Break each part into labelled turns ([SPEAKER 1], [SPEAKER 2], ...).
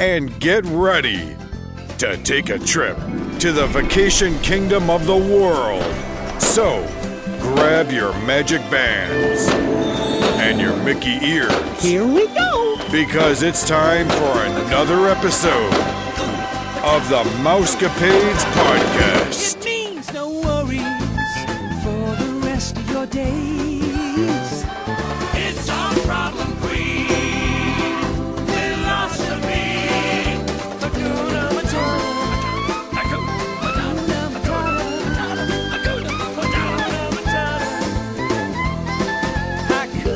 [SPEAKER 1] and get ready to take a trip to the vacation kingdom of the world. So, grab your magic bands and your Mickey ears. Here we go! Because it's time for another episode of the Mousecapades Podcast.
[SPEAKER 2] It means no worries for the rest of your days. It's our problem queen philosophy. Hakuna Matata. Hakuna Matata. Hakuna Matata.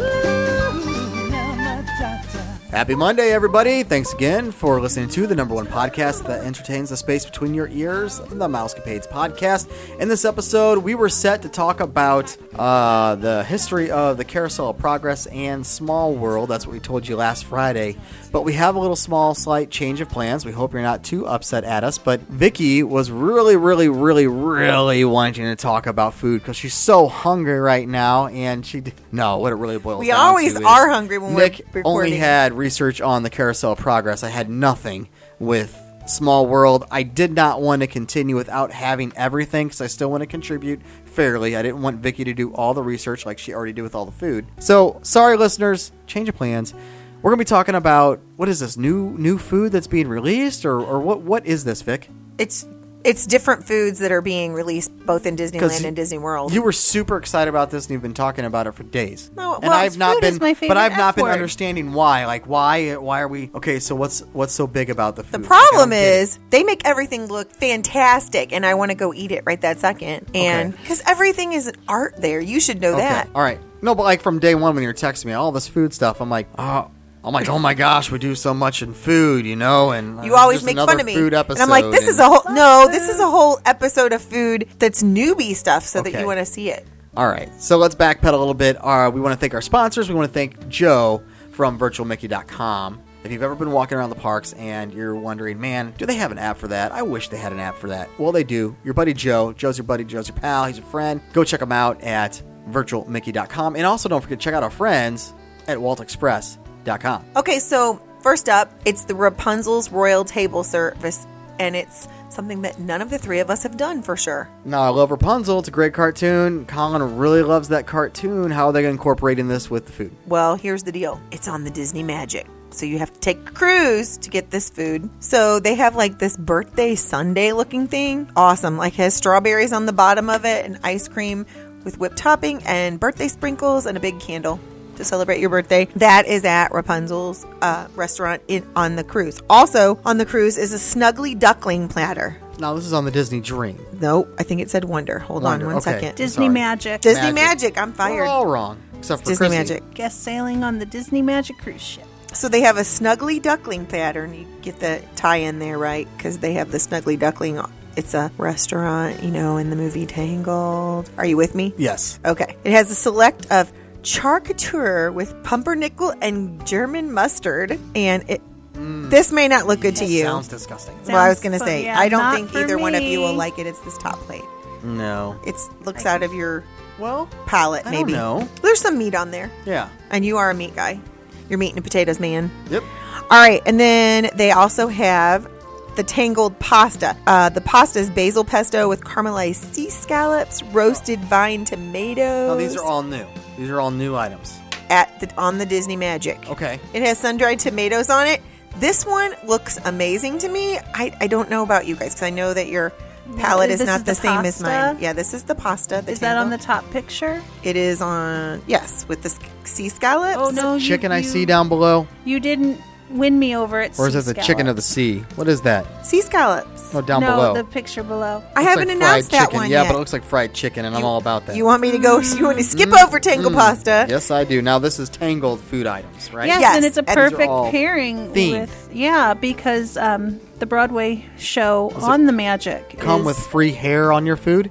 [SPEAKER 2] Hakuna Matata.
[SPEAKER 3] Happy Monday, everybody. Thanks again for listening to the number one podcast that entertains the space between your ears, the Mousecapades podcast. In this episode, we were set to talk about uh, the history of the Carousel of Progress and Small World. That's what we told you last Friday. But we have a little small, slight change of plans. We hope you're not too upset at us. But Vicky was really, really, really, really wanting to talk about food because she's so hungry right now. And she, d- no, what it really boils
[SPEAKER 4] We
[SPEAKER 3] down to
[SPEAKER 4] always
[SPEAKER 3] is
[SPEAKER 4] are hungry when we're
[SPEAKER 3] Nick only
[SPEAKER 4] recording.
[SPEAKER 3] had had research on the carousel of progress. I had nothing with Small World. I did not want to continue without having everything because I still want to contribute fairly. I didn't want Vicky to do all the research like she already did with all the food. So sorry, listeners. Change of plans. We're gonna be talking about what is this new new food that's being released, or, or what what is this, Vic?
[SPEAKER 4] It's it's different foods that are being released both in Disneyland and Disney World.
[SPEAKER 3] You were super excited about this, and you've been talking about it for days.
[SPEAKER 4] No,
[SPEAKER 3] and
[SPEAKER 4] well,
[SPEAKER 3] I've not
[SPEAKER 4] food
[SPEAKER 3] been,
[SPEAKER 4] is my
[SPEAKER 3] but
[SPEAKER 4] favorite
[SPEAKER 3] I've not
[SPEAKER 4] F
[SPEAKER 3] been
[SPEAKER 4] word.
[SPEAKER 3] understanding why. Like, why? Why are we okay? So what's what's so big about the food?
[SPEAKER 4] the
[SPEAKER 3] Like, I don't
[SPEAKER 4] problem
[SPEAKER 3] get it.
[SPEAKER 4] is they make everything look fantastic, and I want to go eat it right that second. And
[SPEAKER 3] Okay.
[SPEAKER 4] because everything is an art there, you should know that.
[SPEAKER 3] All right. No, but like from day one when you're texting me all this food stuff, I'm like, oh, I'm like, oh my gosh, we do so much in food, you know, and uh,
[SPEAKER 4] You always
[SPEAKER 3] just
[SPEAKER 4] make
[SPEAKER 3] another
[SPEAKER 4] fun of me,
[SPEAKER 3] Food
[SPEAKER 4] and
[SPEAKER 3] episode,
[SPEAKER 4] I'm like, this is
[SPEAKER 3] and-
[SPEAKER 4] a whole no, this is a whole episode of food that's newbie stuff, so that
[SPEAKER 3] Okay.
[SPEAKER 4] you want to see it.
[SPEAKER 3] All right. So let's backpedal a little bit. Uh, we want to thank our sponsors. We want to thank Joe from virtualmickey.com. If you've ever been walking around the parks and you're wondering, man, do they have an app for that? I wish they had an app for that. Well, they do. Your buddy Joe, Joe's your buddy, Joe's your pal, he's your friend. Go check him out at virtualmickey.com. And also don't forget to check out our friends at waltexpress.com.
[SPEAKER 4] Okay, so first up, it's the Rapunzel's Royal Table Service, and it's something that none of the three of us have done for sure.
[SPEAKER 3] No, I love Rapunzel. It's a great cartoon. Colin really loves that cartoon. How are they going to incorporate in this with the food?
[SPEAKER 4] Well, here's the deal it's on the Disney Magic. So you have to take a cruise to get this food. So they have like this birthday sundae looking thing. Awesome. Like has strawberries on the bottom of it and ice cream with whipped topping and birthday sprinkles and a big candle to celebrate your birthday. That is at Rapunzel's uh, restaurant in, on the cruise. Also on the cruise is a snuggly duckling platter.
[SPEAKER 3] No, this is on the Disney Dream.
[SPEAKER 4] Nope, I think it said Wonder. Hold
[SPEAKER 3] Wonder,
[SPEAKER 4] on one
[SPEAKER 3] okay.
[SPEAKER 4] second.
[SPEAKER 5] Disney
[SPEAKER 3] Sorry.
[SPEAKER 5] Magic.
[SPEAKER 4] Disney
[SPEAKER 3] Magic.
[SPEAKER 4] Magic. I'm
[SPEAKER 3] We're
[SPEAKER 4] fired.
[SPEAKER 3] all wrong, except for
[SPEAKER 4] Disney
[SPEAKER 3] Chrissy.
[SPEAKER 4] Magic.
[SPEAKER 5] Guest sailing on the Disney Magic cruise ship.
[SPEAKER 4] So they have a snuggly duckling pattern. You get the tie in there, right? Because they have the snuggly duckling. It's a restaurant, you know, in the movie Tangled. Are you with me?
[SPEAKER 3] Yes.
[SPEAKER 4] Okay. It has a select of charcuterie with pumpernickel and German mustard, and it. This may not look good to you.
[SPEAKER 3] Mm. Sounds disgusting.
[SPEAKER 4] well, I was
[SPEAKER 5] Sounds
[SPEAKER 4] going to
[SPEAKER 5] fun.
[SPEAKER 4] say,
[SPEAKER 5] Yeah,
[SPEAKER 4] I don't
[SPEAKER 5] not
[SPEAKER 4] think
[SPEAKER 5] for
[SPEAKER 4] either one of you will
[SPEAKER 5] me.
[SPEAKER 4] like it. It's this top plate.
[SPEAKER 3] No.
[SPEAKER 4] It looks out of your
[SPEAKER 3] Well,
[SPEAKER 4] palate,
[SPEAKER 3] I don't
[SPEAKER 4] maybe.
[SPEAKER 3] know.
[SPEAKER 4] There's some meat on there,
[SPEAKER 3] yeah.
[SPEAKER 4] and you are a meat guy. You're meat and potatoes, man.
[SPEAKER 3] Yep.
[SPEAKER 4] All right, and then they also have the tangled pasta. Uh, the pasta is basil pesto with caramelized sea scallops, roasted vine tomatoes.
[SPEAKER 3] Now these are all new. These are all new items.
[SPEAKER 4] at the on the Disney Magic.
[SPEAKER 3] Okay.
[SPEAKER 4] It has sun dried tomatoes on it. This one looks amazing to me. I, I don't know about you guys because I know that your palate is
[SPEAKER 5] This
[SPEAKER 4] not
[SPEAKER 5] is
[SPEAKER 4] the,
[SPEAKER 5] the
[SPEAKER 4] same as mine.
[SPEAKER 5] pasta?
[SPEAKER 4] Yeah, this is the pasta. The
[SPEAKER 5] Is that on the
[SPEAKER 4] tangled.
[SPEAKER 5] top picture?
[SPEAKER 4] It is on yes with the sc- sea scallops.
[SPEAKER 5] Oh no, you-
[SPEAKER 3] Chicken I
[SPEAKER 5] you-
[SPEAKER 3] see down below.
[SPEAKER 5] You didn't win me over at
[SPEAKER 3] Or is
[SPEAKER 5] sea
[SPEAKER 3] that the chicken of the
[SPEAKER 5] scallops.
[SPEAKER 3] sea? What is that?
[SPEAKER 4] Sea scallops.
[SPEAKER 3] Oh, down
[SPEAKER 5] no,
[SPEAKER 3] below.
[SPEAKER 5] the picture below.
[SPEAKER 4] I
[SPEAKER 3] Looks
[SPEAKER 4] haven't
[SPEAKER 3] like fried
[SPEAKER 4] announced that
[SPEAKER 3] chicken.
[SPEAKER 4] one
[SPEAKER 3] Yeah,
[SPEAKER 4] yet.
[SPEAKER 3] but it looks like fried chicken, and I'm all about that. Mm.
[SPEAKER 4] you want me to go? You want to skip over tangle pasta?
[SPEAKER 3] yes, I do. Now this is tangled food items, right?
[SPEAKER 5] Yes,
[SPEAKER 4] Yes,
[SPEAKER 5] and it's a
[SPEAKER 4] and these are
[SPEAKER 5] perfect
[SPEAKER 3] all
[SPEAKER 5] pairing
[SPEAKER 3] themed.
[SPEAKER 5] with yeah, because um, the Broadway show on the Magic
[SPEAKER 3] Come
[SPEAKER 5] is-
[SPEAKER 3] with free hair on your food.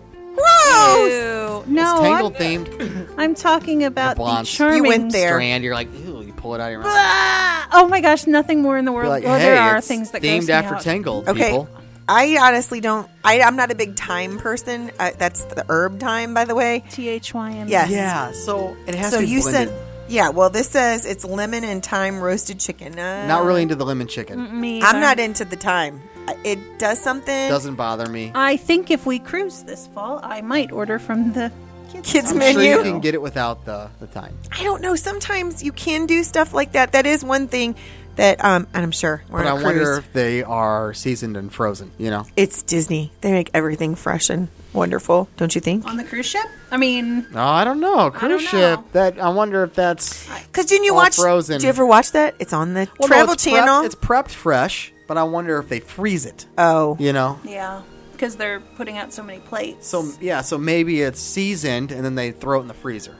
[SPEAKER 5] Ew. no
[SPEAKER 3] it's
[SPEAKER 5] I'm-
[SPEAKER 3] tangled themed.
[SPEAKER 5] I'm, talking about the
[SPEAKER 3] Blondes.
[SPEAKER 5] charming.
[SPEAKER 4] You went there.
[SPEAKER 3] Strand, you're like, ew, you pull it out of your mouth.
[SPEAKER 5] Ah, oh my gosh, nothing more in the
[SPEAKER 3] You're
[SPEAKER 5] world.
[SPEAKER 3] like,
[SPEAKER 5] well,
[SPEAKER 3] hey,
[SPEAKER 5] there are
[SPEAKER 3] it's
[SPEAKER 5] things that gross
[SPEAKER 3] themed
[SPEAKER 5] me
[SPEAKER 3] after
[SPEAKER 5] out.
[SPEAKER 3] tangled.
[SPEAKER 4] Okay.
[SPEAKER 3] People.
[SPEAKER 4] I honestly don't. I, I'm not a big time person. Uh, that's the herb time, by the way.
[SPEAKER 5] T H Y M.
[SPEAKER 4] Yes.
[SPEAKER 3] Yeah. So it has
[SPEAKER 4] so
[SPEAKER 3] to be
[SPEAKER 4] you
[SPEAKER 3] blended.
[SPEAKER 4] said, yeah. Well, this says it's lemon and thyme roasted chicken. Uh,
[SPEAKER 3] Not really into the lemon chicken.
[SPEAKER 5] Me
[SPEAKER 4] I'm
[SPEAKER 5] either.
[SPEAKER 4] not into the thyme. Uh, It does something.
[SPEAKER 3] Doesn't bother me.
[SPEAKER 5] I think if we cruise this fall, I might order from the kids.
[SPEAKER 4] Kids
[SPEAKER 3] I'm
[SPEAKER 4] menu.
[SPEAKER 3] sure you can get it without the the time.
[SPEAKER 4] I don't know. Sometimes you can do stuff like that. That is one thing that, um, and I'm sure we're
[SPEAKER 3] But I
[SPEAKER 4] on a
[SPEAKER 3] wonder
[SPEAKER 4] cruise.
[SPEAKER 3] if they are seasoned and frozen. You know,
[SPEAKER 4] It's Disney. They make everything fresh and wonderful, don't you think?
[SPEAKER 5] on the cruise ship. I mean,
[SPEAKER 3] no, Oh, I don't know. Cruise
[SPEAKER 5] know.
[SPEAKER 3] ship. That I wonder if that's
[SPEAKER 4] Because didn't you
[SPEAKER 3] All
[SPEAKER 4] watch?
[SPEAKER 3] frozen.
[SPEAKER 4] Did you ever watch that? It's on the
[SPEAKER 3] Well, no,
[SPEAKER 4] Travel
[SPEAKER 3] it's prepped-
[SPEAKER 4] Channel.
[SPEAKER 3] it's prepped fresh, but I wonder if they freeze it.
[SPEAKER 4] oh,
[SPEAKER 3] You know,
[SPEAKER 5] yeah, because they're putting out so many plates.
[SPEAKER 3] so yeah, so maybe it's seasoned and then they throw it in the freezer.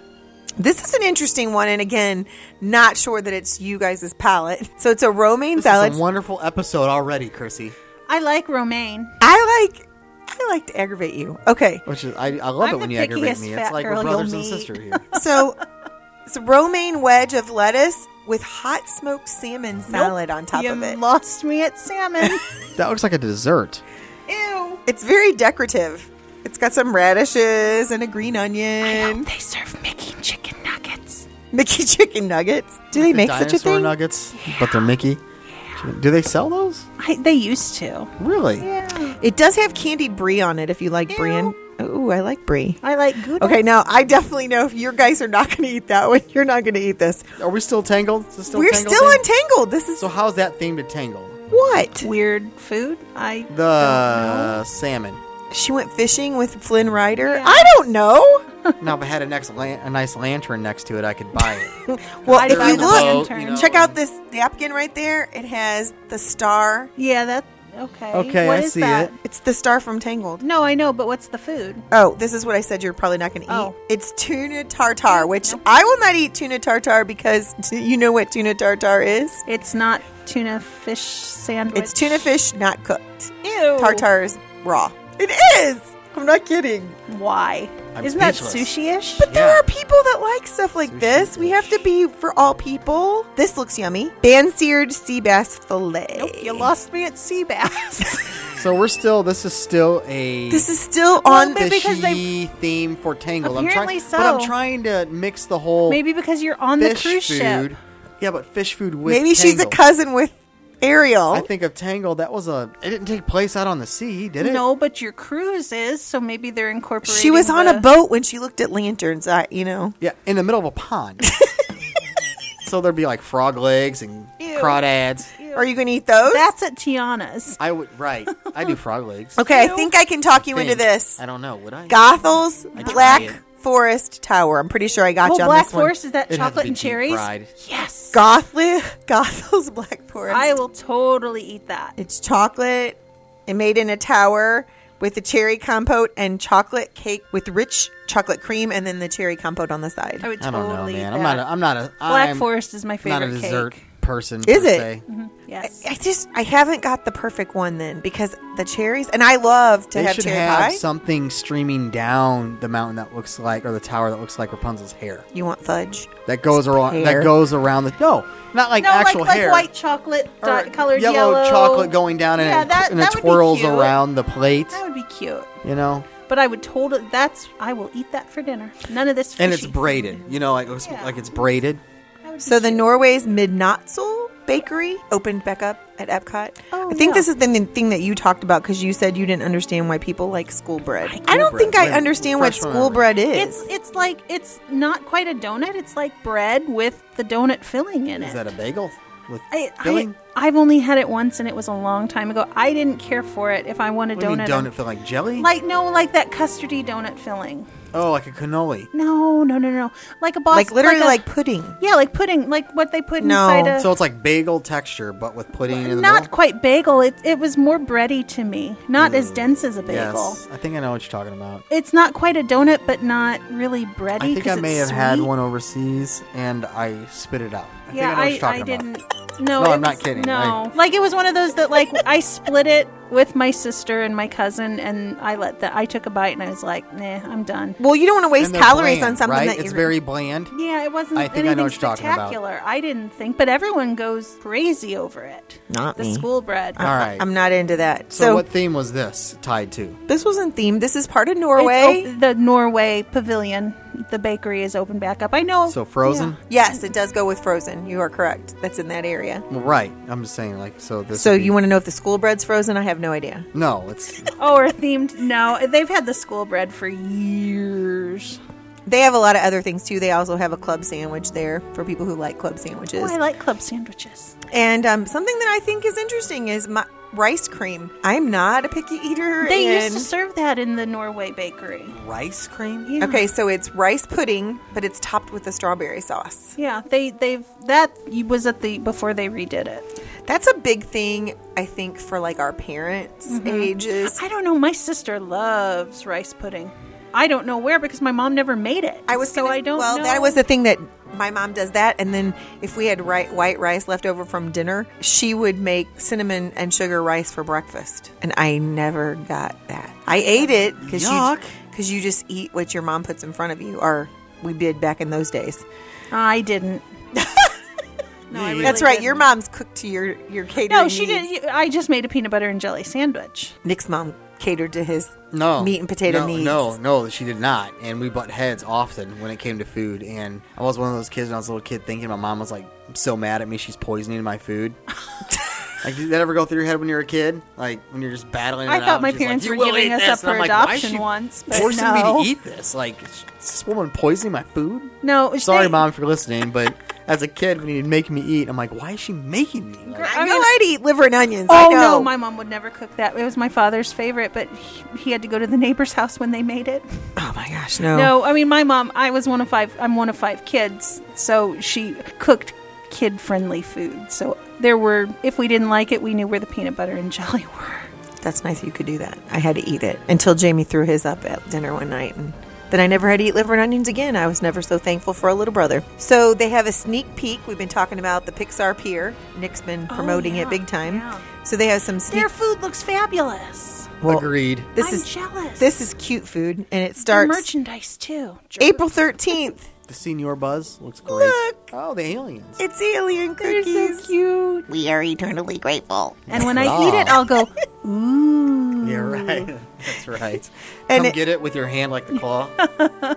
[SPEAKER 4] this is an interesting one, and again, not sure that it's you guys' palate. So it's a romaine
[SPEAKER 3] This
[SPEAKER 4] salad.
[SPEAKER 3] is a wonderful episode already, Chrissy.
[SPEAKER 5] I like romaine.
[SPEAKER 4] I like. I like to aggravate you. Okay,
[SPEAKER 3] Which is I, I love
[SPEAKER 5] I'm
[SPEAKER 3] it when
[SPEAKER 5] the
[SPEAKER 3] you aggravate
[SPEAKER 5] pickiest
[SPEAKER 3] me. It's
[SPEAKER 5] fat
[SPEAKER 3] like we're
[SPEAKER 5] girl you'll
[SPEAKER 3] brothers and
[SPEAKER 5] meet.
[SPEAKER 3] sisters here.
[SPEAKER 4] so it's a romaine wedge of lettuce with hot smoked salmon salad on top
[SPEAKER 5] you
[SPEAKER 4] of it.
[SPEAKER 5] lost me at salmon.
[SPEAKER 3] that looks like a dessert.
[SPEAKER 5] Ew.
[SPEAKER 4] It's very decorative. It's got some radishes and a green onion.
[SPEAKER 5] They serve Mickey chicken nuggets.
[SPEAKER 4] Mickey chicken nuggets. Do they make
[SPEAKER 3] Dinosaur
[SPEAKER 4] such a thing?
[SPEAKER 3] nuggets, but they're Mickey. Do they sell those?
[SPEAKER 5] I, they used to.
[SPEAKER 3] Really?
[SPEAKER 4] It does have candied brie on it if you like brie. And,
[SPEAKER 5] Ew.
[SPEAKER 4] ooh, I like brie.
[SPEAKER 5] I like good.
[SPEAKER 4] Okay, now I definitely know if your guys are not going to eat that one. You're not going to eat this.
[SPEAKER 3] Are we still tangled? Is this still
[SPEAKER 4] We're
[SPEAKER 3] tangled
[SPEAKER 4] still
[SPEAKER 3] thing?
[SPEAKER 4] untangled. This is
[SPEAKER 3] So how's that themed to tangle?
[SPEAKER 4] what?
[SPEAKER 5] weird food. I don't know.
[SPEAKER 3] The salmon.
[SPEAKER 4] She went fishing with Flynn Rider.
[SPEAKER 5] Yeah.
[SPEAKER 4] I don't know.
[SPEAKER 3] Now if I had a next lan- a nice lantern next to it, I could buy it.
[SPEAKER 4] Well,
[SPEAKER 5] I'd
[SPEAKER 4] if
[SPEAKER 5] buy
[SPEAKER 4] you
[SPEAKER 5] the
[SPEAKER 4] look,
[SPEAKER 5] lantern. You
[SPEAKER 3] Oh,
[SPEAKER 5] know,
[SPEAKER 4] check out this napkin right there. It has the star.
[SPEAKER 5] Yeah, that okay.
[SPEAKER 3] Okay,
[SPEAKER 5] What
[SPEAKER 3] I
[SPEAKER 5] is
[SPEAKER 3] see
[SPEAKER 5] that?
[SPEAKER 3] it.
[SPEAKER 4] It's the star from Tangled.
[SPEAKER 5] No, I know, but what's the food?
[SPEAKER 4] Oh, this is what I said you're probably not going to eat.
[SPEAKER 5] Oh.
[SPEAKER 4] It's tuna tartare, which I will not eat tuna tartare because do you know what tuna tartare is?
[SPEAKER 5] It's not tuna fish sandwich.
[SPEAKER 4] It's tuna fish not cooked.
[SPEAKER 5] Ew.
[SPEAKER 4] Tartare is raw. It is. I'm not kidding.
[SPEAKER 5] Why?
[SPEAKER 3] I'm
[SPEAKER 5] Isn't that
[SPEAKER 3] speechless.
[SPEAKER 5] sushi-ish?
[SPEAKER 4] But there
[SPEAKER 3] Yeah.
[SPEAKER 4] are people that like stuff like
[SPEAKER 3] Sushi
[SPEAKER 4] this. We have to be for all people. This looks yummy. Ban seared sea bass fillet.
[SPEAKER 5] Nope, you lost me at sea bass.
[SPEAKER 3] so we're still. This is still a
[SPEAKER 4] This is still
[SPEAKER 5] Well,
[SPEAKER 4] on.
[SPEAKER 5] maybe- because they-
[SPEAKER 3] fishy theme for tangle. I'm
[SPEAKER 5] Apparently
[SPEAKER 3] trying, But I'm
[SPEAKER 5] so.
[SPEAKER 3] trying to mix the whole
[SPEAKER 5] Maybe because you're on the
[SPEAKER 3] fish
[SPEAKER 5] cruise
[SPEAKER 3] food.
[SPEAKER 5] ship.
[SPEAKER 3] Yeah, but fish food with
[SPEAKER 4] maybe she's a
[SPEAKER 3] Tangle.
[SPEAKER 4] cousin with Ariel.
[SPEAKER 3] I think of Tangle. That was a. It didn't take place out on the sea, did it?
[SPEAKER 5] No, but your cruise is, so maybe they're incorporating.
[SPEAKER 4] she was on
[SPEAKER 5] the-
[SPEAKER 4] a boat when she looked at lanterns. I, you know.
[SPEAKER 3] Yeah, in the middle of a pond. so there'd be like frog legs and
[SPEAKER 5] Ew.
[SPEAKER 3] crawdads.
[SPEAKER 4] Are you going to eat those?
[SPEAKER 5] That's at Tiana's.
[SPEAKER 3] I would right. I do frog legs.
[SPEAKER 4] okay, I think I can talk you
[SPEAKER 3] Think.
[SPEAKER 4] into this.
[SPEAKER 3] I don't know. Would I?
[SPEAKER 4] Gothel's
[SPEAKER 3] I tried it.
[SPEAKER 4] Black Forest Tower. I'm pretty sure I got
[SPEAKER 5] Well,
[SPEAKER 4] you on
[SPEAKER 5] Oh, Black
[SPEAKER 4] this one.
[SPEAKER 5] Forest is that
[SPEAKER 3] It'd have to
[SPEAKER 5] chocolate
[SPEAKER 3] be
[SPEAKER 5] and
[SPEAKER 3] deep
[SPEAKER 5] cherries?
[SPEAKER 3] fried.
[SPEAKER 5] Yes.
[SPEAKER 4] Gothly, Gothel's Black Forest.
[SPEAKER 5] I will totally eat that.
[SPEAKER 4] It's chocolate and made in a tower with a cherry compote and chocolate cake with rich chocolate cream and then the cherry compote on the side.
[SPEAKER 5] I would
[SPEAKER 3] I don't
[SPEAKER 5] totally
[SPEAKER 3] know,
[SPEAKER 5] eat
[SPEAKER 3] man.
[SPEAKER 5] that.
[SPEAKER 3] I'm not. A, I'm not a.
[SPEAKER 5] Black
[SPEAKER 3] I'm
[SPEAKER 5] Forest is my favorite
[SPEAKER 3] Not a dessert
[SPEAKER 5] cake.
[SPEAKER 3] person.
[SPEAKER 4] Is
[SPEAKER 3] per se.
[SPEAKER 4] it?
[SPEAKER 5] Yes.
[SPEAKER 4] I just I haven't got the perfect one then because the cherries and I love to
[SPEAKER 3] They
[SPEAKER 4] have
[SPEAKER 3] should
[SPEAKER 4] cherry
[SPEAKER 3] have
[SPEAKER 4] pie.
[SPEAKER 3] something streaming down the mountain that looks like, or the tower that looks like Rapunzel's hair
[SPEAKER 4] you want fudge?
[SPEAKER 3] that goes around.
[SPEAKER 4] hair.
[SPEAKER 3] That goes around the no, not like
[SPEAKER 5] no,
[SPEAKER 3] actual
[SPEAKER 5] Oh, like,
[SPEAKER 3] hair.
[SPEAKER 5] like white chocolate
[SPEAKER 3] or
[SPEAKER 5] dot, colored
[SPEAKER 3] yellow,
[SPEAKER 5] yellow,
[SPEAKER 3] chocolate going down and
[SPEAKER 5] Yeah,
[SPEAKER 3] it,
[SPEAKER 5] that-
[SPEAKER 3] and
[SPEAKER 5] that
[SPEAKER 3] it
[SPEAKER 5] would be
[SPEAKER 3] twirls
[SPEAKER 5] cute.
[SPEAKER 3] around the plate.
[SPEAKER 5] That would be cute.
[SPEAKER 3] You know,
[SPEAKER 5] But I would totally. That's. I will eat that for dinner. None of this. Fishy.
[SPEAKER 3] and it's braided. You know, like it looks
[SPEAKER 5] Yeah.
[SPEAKER 3] like it's braided.
[SPEAKER 5] That would be
[SPEAKER 4] So the
[SPEAKER 5] cute.
[SPEAKER 4] Norway's Midnatzel Bakery opened back up at Epcot.
[SPEAKER 5] Oh,
[SPEAKER 4] I think
[SPEAKER 5] yeah.
[SPEAKER 4] this is the n- thing that you talked about because you said you didn't understand why people like school bread. I, don't
[SPEAKER 3] bread.
[SPEAKER 4] think
[SPEAKER 3] Wait a
[SPEAKER 4] I
[SPEAKER 3] minute.
[SPEAKER 4] understand what
[SPEAKER 3] Refresh my
[SPEAKER 4] school
[SPEAKER 3] memory.
[SPEAKER 4] bread is.
[SPEAKER 5] It's it's like it's not quite a donut. It's like bread with the donut filling in
[SPEAKER 3] Is
[SPEAKER 5] it.
[SPEAKER 3] that a bagel with
[SPEAKER 5] I, I,
[SPEAKER 3] filling?
[SPEAKER 5] I've only had it once, and it was a long time ago. I didn't care for it. If I want a
[SPEAKER 3] What do you mean
[SPEAKER 5] donut,
[SPEAKER 3] donut filling, like jelly?
[SPEAKER 5] like no, like that custardy donut filling.
[SPEAKER 3] Oh, like a cannoli.
[SPEAKER 5] No, no, no, no. Like a boss.
[SPEAKER 4] Like literally
[SPEAKER 5] a-
[SPEAKER 4] like, pudding.
[SPEAKER 5] yeah, like pudding. Like what they put
[SPEAKER 4] No.
[SPEAKER 5] inside a.
[SPEAKER 3] So it's like bagel texture, but with pudding in the
[SPEAKER 5] not
[SPEAKER 3] middle.
[SPEAKER 5] quite bagel. It, it was more bready to me. Not as dense as a bagel.
[SPEAKER 3] Mm. Yes, I think I know what you're talking about.
[SPEAKER 5] It's not quite a donut, but not really bready.
[SPEAKER 3] I think
[SPEAKER 5] 'cause
[SPEAKER 3] I may have
[SPEAKER 5] it's
[SPEAKER 3] had
[SPEAKER 5] sweet.
[SPEAKER 3] one overseas and I spit it out.
[SPEAKER 5] Yeah,
[SPEAKER 3] I think I know what
[SPEAKER 5] I,
[SPEAKER 3] you're talking
[SPEAKER 5] I
[SPEAKER 3] about.
[SPEAKER 5] didn't. No,
[SPEAKER 3] No,
[SPEAKER 5] it
[SPEAKER 3] I'm not
[SPEAKER 5] was-
[SPEAKER 3] kidding.
[SPEAKER 5] No, like it was one of those that like I split it with my sister and my cousin, and I let that I took a bite and I was like, nah, I'm done.
[SPEAKER 4] Well, you don't want to waste
[SPEAKER 3] And they're
[SPEAKER 4] calories
[SPEAKER 3] bland,
[SPEAKER 4] on something
[SPEAKER 3] right?
[SPEAKER 4] that
[SPEAKER 3] it's
[SPEAKER 4] you're
[SPEAKER 3] very bland.
[SPEAKER 5] Yeah, it wasn't
[SPEAKER 3] I think I
[SPEAKER 5] anything
[SPEAKER 3] know what you're talking about.
[SPEAKER 5] spectacular. I didn't think, but everyone goes crazy over it.
[SPEAKER 4] Not
[SPEAKER 5] the
[SPEAKER 4] me.
[SPEAKER 5] school bread.
[SPEAKER 3] All right.
[SPEAKER 4] I'm not into that.
[SPEAKER 3] so,
[SPEAKER 4] So,
[SPEAKER 3] what theme was this tied to?
[SPEAKER 4] this wasn't themed. This is part of
[SPEAKER 5] It's
[SPEAKER 4] Norway.
[SPEAKER 5] op- the Norway Pavilion. The bakery is open back up. I know.
[SPEAKER 3] So Frozen.
[SPEAKER 4] Yes, it does go with frozen. You are correct. That's in that area.
[SPEAKER 3] Well, right. I'm just saying like so. This.
[SPEAKER 4] So
[SPEAKER 3] would be-
[SPEAKER 4] you want to know if the school bread's frozen? I have no idea.
[SPEAKER 3] No, it's
[SPEAKER 5] Oh, or themed? No, they've had the school bread for years.
[SPEAKER 4] They have a lot of other things too. They also have a club sandwich there for people who like club sandwiches.
[SPEAKER 5] Oh, I like club sandwiches.
[SPEAKER 4] and um, something that I think is interesting is my rice cream. I'm not a picky eater.
[SPEAKER 5] They
[SPEAKER 4] and-
[SPEAKER 5] used to serve that in the Norway bakery.
[SPEAKER 3] rice cream.
[SPEAKER 5] Yeah.
[SPEAKER 4] Okay, so it's rice pudding, but it's topped with a strawberry sauce.
[SPEAKER 5] Yeah, they they've that was at the before they redid it.
[SPEAKER 4] That's a big thing, I think, for like our parents' ages.
[SPEAKER 5] Mm-hmm. I don't know. My sister loves rice pudding. I don't know where because my mom never made it.
[SPEAKER 4] I was
[SPEAKER 5] so
[SPEAKER 4] gonna-
[SPEAKER 5] I don't.
[SPEAKER 4] Well,
[SPEAKER 5] know.
[SPEAKER 4] that was the thing that my mom does that, and then if we had ri- white rice left over from dinner, she would make cinnamon and sugar rice for breakfast, and I never got that. I ate it because you
[SPEAKER 3] Yuck.
[SPEAKER 4] because you just eat what your mom puts in front of you, or we did back in those days.
[SPEAKER 5] I didn't. no, I really
[SPEAKER 4] That's right. Your
[SPEAKER 5] didn't.
[SPEAKER 4] mom's cooked to your your catering.
[SPEAKER 5] No, she
[SPEAKER 4] needs.
[SPEAKER 5] didn't. I just made a peanut butter and jelly sandwich.
[SPEAKER 4] Nick's mom catered to his
[SPEAKER 3] No
[SPEAKER 4] meat and potato
[SPEAKER 3] no,
[SPEAKER 4] needs.
[SPEAKER 3] No, no, she did not. And we butt heads often when it came to food. And I was one of those kids when I was a little kid thinking my mom was like so mad at me she's poisoning my food. like, did that ever go through your head when you were a kid? Like when you're just battling.
[SPEAKER 5] I
[SPEAKER 3] it out
[SPEAKER 5] thought
[SPEAKER 3] and
[SPEAKER 5] my
[SPEAKER 3] she's like,
[SPEAKER 5] parents
[SPEAKER 3] "You
[SPEAKER 5] were
[SPEAKER 3] will
[SPEAKER 5] giving
[SPEAKER 3] eat
[SPEAKER 5] us
[SPEAKER 3] this."
[SPEAKER 5] up
[SPEAKER 3] And
[SPEAKER 5] for
[SPEAKER 3] I'm like, "Why is
[SPEAKER 5] adoption
[SPEAKER 3] she
[SPEAKER 5] once, but
[SPEAKER 3] Forcing
[SPEAKER 5] no.
[SPEAKER 3] me to eat this. Like is this woman poisoning my food.
[SPEAKER 5] No,
[SPEAKER 3] Sorry,
[SPEAKER 5] they-
[SPEAKER 3] mom, for listening, but. As a kid, when he'd make me eat, I'm like, "Why is she making me?" Like,
[SPEAKER 4] I
[SPEAKER 5] I
[SPEAKER 4] know
[SPEAKER 5] mean,
[SPEAKER 4] I'd eat liver and onions. I
[SPEAKER 5] Oh
[SPEAKER 4] know.
[SPEAKER 5] no, my mom would never cook that. It was my father's favorite, but he, he had to go to the neighbor's house when they made it.
[SPEAKER 4] oh my gosh, no.
[SPEAKER 5] No, I mean my mom. I was one of five. I'm one of five kids, so she cooked kid-friendly food. So there were, if we didn't like it, we knew where the peanut butter and jelly were.
[SPEAKER 4] That's nice that you could do that. I had to eat it until Jamie threw his up at dinner one night. And then I never had to eat liver and onions again. I was never so thankful for a little brother. So they have a sneak peek. We've been talking about the Pixar Pier. Nick's been promoting
[SPEAKER 5] Oh, yeah,
[SPEAKER 4] it big time.
[SPEAKER 5] yeah.
[SPEAKER 4] So they have some sneak.
[SPEAKER 5] Their food looks fabulous.
[SPEAKER 4] well,
[SPEAKER 3] Agreed.
[SPEAKER 4] This
[SPEAKER 5] I'm
[SPEAKER 4] is
[SPEAKER 5] jealous.
[SPEAKER 4] This is cute food, and it
[SPEAKER 5] Their
[SPEAKER 4] starts
[SPEAKER 5] merchandise too. Jerk.
[SPEAKER 4] April thirteenth.
[SPEAKER 3] The senior buzz looks great.
[SPEAKER 4] Look.
[SPEAKER 3] Oh, the aliens.
[SPEAKER 4] It's alien
[SPEAKER 5] They're
[SPEAKER 4] cookies.
[SPEAKER 5] so cute.
[SPEAKER 6] We are eternally grateful.
[SPEAKER 5] And when I eat it, I'll go. Ooh.
[SPEAKER 3] Yeah,
[SPEAKER 5] Mm.
[SPEAKER 3] right. That's right.
[SPEAKER 4] And
[SPEAKER 3] Come
[SPEAKER 4] it-
[SPEAKER 3] get it with your hand like the claw.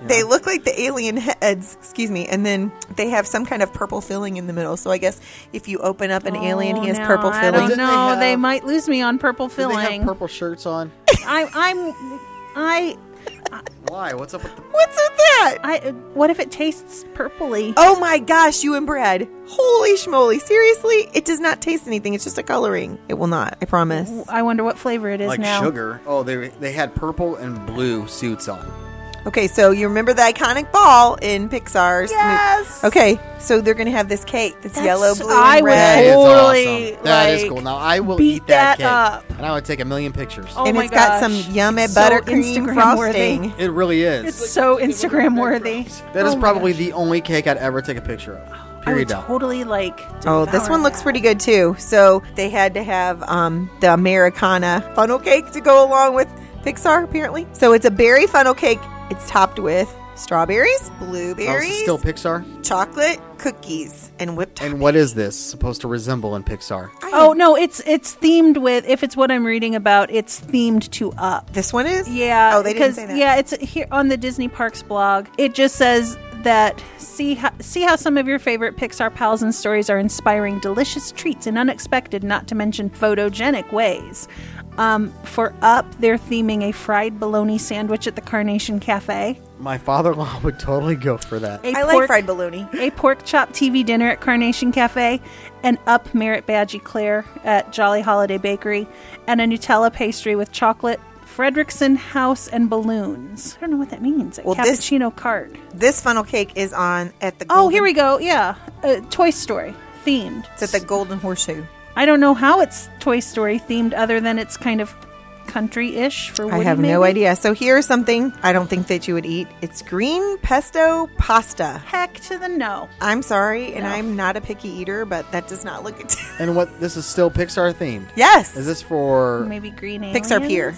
[SPEAKER 4] They look like the alien heads, excuse me, and then they have some kind of purple filling in the middle. So I guess if you open up an alien, he has
[SPEAKER 5] Oh, no,
[SPEAKER 4] purple
[SPEAKER 5] I
[SPEAKER 4] filling.
[SPEAKER 5] don't
[SPEAKER 3] Didn't they
[SPEAKER 5] know. They,
[SPEAKER 3] have-
[SPEAKER 5] might lose me on purple
[SPEAKER 3] Do
[SPEAKER 5] filling.
[SPEAKER 3] they have purple shirts on?
[SPEAKER 5] I, I'm. I.
[SPEAKER 3] Why? What's up with the
[SPEAKER 4] What's with that?
[SPEAKER 5] I. What if it tastes purpley?
[SPEAKER 4] Oh my gosh, you and Brad. Holy schmoly. Seriously? It does not taste anything. It's just a coloring. It will not, I promise.
[SPEAKER 5] I wonder what flavor it is
[SPEAKER 3] like
[SPEAKER 5] now.
[SPEAKER 3] sugar? Oh, they they had purple and blue suits on.
[SPEAKER 4] Okay, so you remember the iconic ball in Pixar's.
[SPEAKER 5] Yes.
[SPEAKER 4] Okay, so they're going to have this cake that's,
[SPEAKER 5] That's-
[SPEAKER 4] yellow, blue,
[SPEAKER 5] I
[SPEAKER 4] and
[SPEAKER 5] would
[SPEAKER 3] That
[SPEAKER 4] red.
[SPEAKER 3] is
[SPEAKER 5] Totally,
[SPEAKER 3] awesome. That is
[SPEAKER 5] like,
[SPEAKER 3] cool. Now I will
[SPEAKER 5] beat
[SPEAKER 3] eat
[SPEAKER 5] that
[SPEAKER 3] that, cake,
[SPEAKER 5] up.
[SPEAKER 3] and I would take a million pictures.
[SPEAKER 5] Oh
[SPEAKER 4] and
[SPEAKER 5] my
[SPEAKER 4] it's got
[SPEAKER 5] gosh.
[SPEAKER 4] some yummy
[SPEAKER 5] So
[SPEAKER 4] buttercream
[SPEAKER 5] Instagram
[SPEAKER 4] frosting.
[SPEAKER 5] worthy.
[SPEAKER 3] It really is.
[SPEAKER 5] It's so Instagram worthy.
[SPEAKER 3] that is
[SPEAKER 5] Oh my
[SPEAKER 3] probably
[SPEAKER 5] gosh. Oh,
[SPEAKER 3] the only cake I'd ever take a picture of.
[SPEAKER 5] I would
[SPEAKER 3] Period. out.
[SPEAKER 5] totally like.
[SPEAKER 4] Oh, this
[SPEAKER 5] devour
[SPEAKER 4] one looks
[SPEAKER 5] that.
[SPEAKER 4] pretty good too. So they had to have um, the Americana funnel cake to go along with Pixar, apparently. So it's a berry funnel cake. It's topped with strawberries,
[SPEAKER 3] Oh, is
[SPEAKER 4] blueberries,
[SPEAKER 3] it still Pixar.
[SPEAKER 4] chocolate, cookies, and whipped.
[SPEAKER 3] And what is this supposed to resemble in Pixar?
[SPEAKER 5] Oh no, it's it's themed with. If it's what I'm reading about, it's themed to up.
[SPEAKER 4] This one is.
[SPEAKER 5] Yeah.
[SPEAKER 4] Oh, they didn't
[SPEAKER 5] because,
[SPEAKER 4] say that.
[SPEAKER 5] Yeah, it's here on the Disney Parks blog. It just says that see how, see how some of your favorite Pixar pals and stories are inspiring delicious treats in unexpected, not to mention photogenic ways. Um, for Up, they're theming a fried bologna sandwich at the Carnation Cafe.
[SPEAKER 3] My father-in-law would totally go for that.
[SPEAKER 5] A
[SPEAKER 4] I like fried bologna.
[SPEAKER 5] a pork chop TV dinner at Carnation Cafe, an up merit badge eclair at Jolly Holiday Bakery, and a Nutella pastry with chocolate, Fredrickson House and Balloons. I don't know what that means. A
[SPEAKER 4] Well, this-
[SPEAKER 5] cappuccino cart.
[SPEAKER 4] This funnel cake is on at the.
[SPEAKER 5] Oh,
[SPEAKER 4] Golden-
[SPEAKER 5] here we go. Yeah, uh, Toy Story themed.
[SPEAKER 4] It's at the Golden Horseshoe.
[SPEAKER 5] I don't know how it's Toy Story themed other than it's kind of country-ish for Woody.
[SPEAKER 4] I have no
[SPEAKER 5] maybe?
[SPEAKER 4] idea. So here's something I don't think that you would eat. It's green pesto pasta.
[SPEAKER 5] Heck to the no.
[SPEAKER 4] I'm sorry, and
[SPEAKER 5] No.
[SPEAKER 4] I'm not a picky eater, but that does not look it.
[SPEAKER 3] And what this is still Pixar themed.
[SPEAKER 4] yes.
[SPEAKER 3] Is this for
[SPEAKER 5] Maybe green aliens.
[SPEAKER 4] Er, Pixar Pier.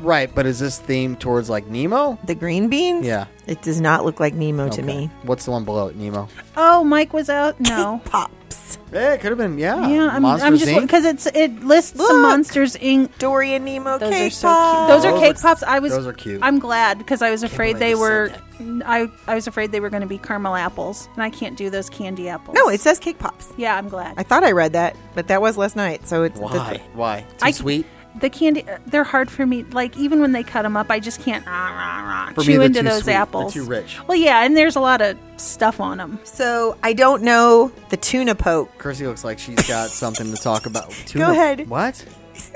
[SPEAKER 3] right? But is this themed towards like Nemo?
[SPEAKER 4] The green beans?
[SPEAKER 3] Yeah.
[SPEAKER 4] It does not look like Nemo to me.
[SPEAKER 3] What's the one below it? Nemo.
[SPEAKER 5] Oh, Mike was out. No.
[SPEAKER 4] Pops.
[SPEAKER 3] Yeah, it could have been. Yeah.
[SPEAKER 5] Yeah, I'm,
[SPEAKER 3] Monsters
[SPEAKER 5] I'm just
[SPEAKER 3] Inc.
[SPEAKER 5] because it's it lists some
[SPEAKER 4] Look.
[SPEAKER 5] Monsters Inc.
[SPEAKER 4] Dory and Nemo
[SPEAKER 5] Those are
[SPEAKER 4] cake
[SPEAKER 5] so
[SPEAKER 4] pops.
[SPEAKER 5] cute. Those are
[SPEAKER 3] Those
[SPEAKER 5] cake
[SPEAKER 3] are-
[SPEAKER 5] pops. I was
[SPEAKER 3] those are cute.
[SPEAKER 5] I'm glad because I was afraid
[SPEAKER 3] believe
[SPEAKER 5] they
[SPEAKER 3] you said
[SPEAKER 5] were. I I was afraid they were going to be caramel apples, and I can't do those candy apples.
[SPEAKER 4] No, it says cake pops.
[SPEAKER 5] yeah. I'm glad.
[SPEAKER 4] I thought I read that, but that was last night, so it's
[SPEAKER 3] Why? Why? Too
[SPEAKER 5] I-
[SPEAKER 3] sweet.
[SPEAKER 5] the candy they're hard for me like even when they cut them up i just can't ah, rah, rah,
[SPEAKER 3] For me,
[SPEAKER 5] chew
[SPEAKER 3] they're
[SPEAKER 5] into
[SPEAKER 3] too
[SPEAKER 5] those
[SPEAKER 3] sweet. They're
[SPEAKER 5] apples
[SPEAKER 3] too rich.
[SPEAKER 5] well yeah and there's a lot of stuff on them
[SPEAKER 4] So I don't know the tuna poke.
[SPEAKER 3] Kirsty looks like she's got something to talk about. Tuna.
[SPEAKER 4] ahead.
[SPEAKER 3] What?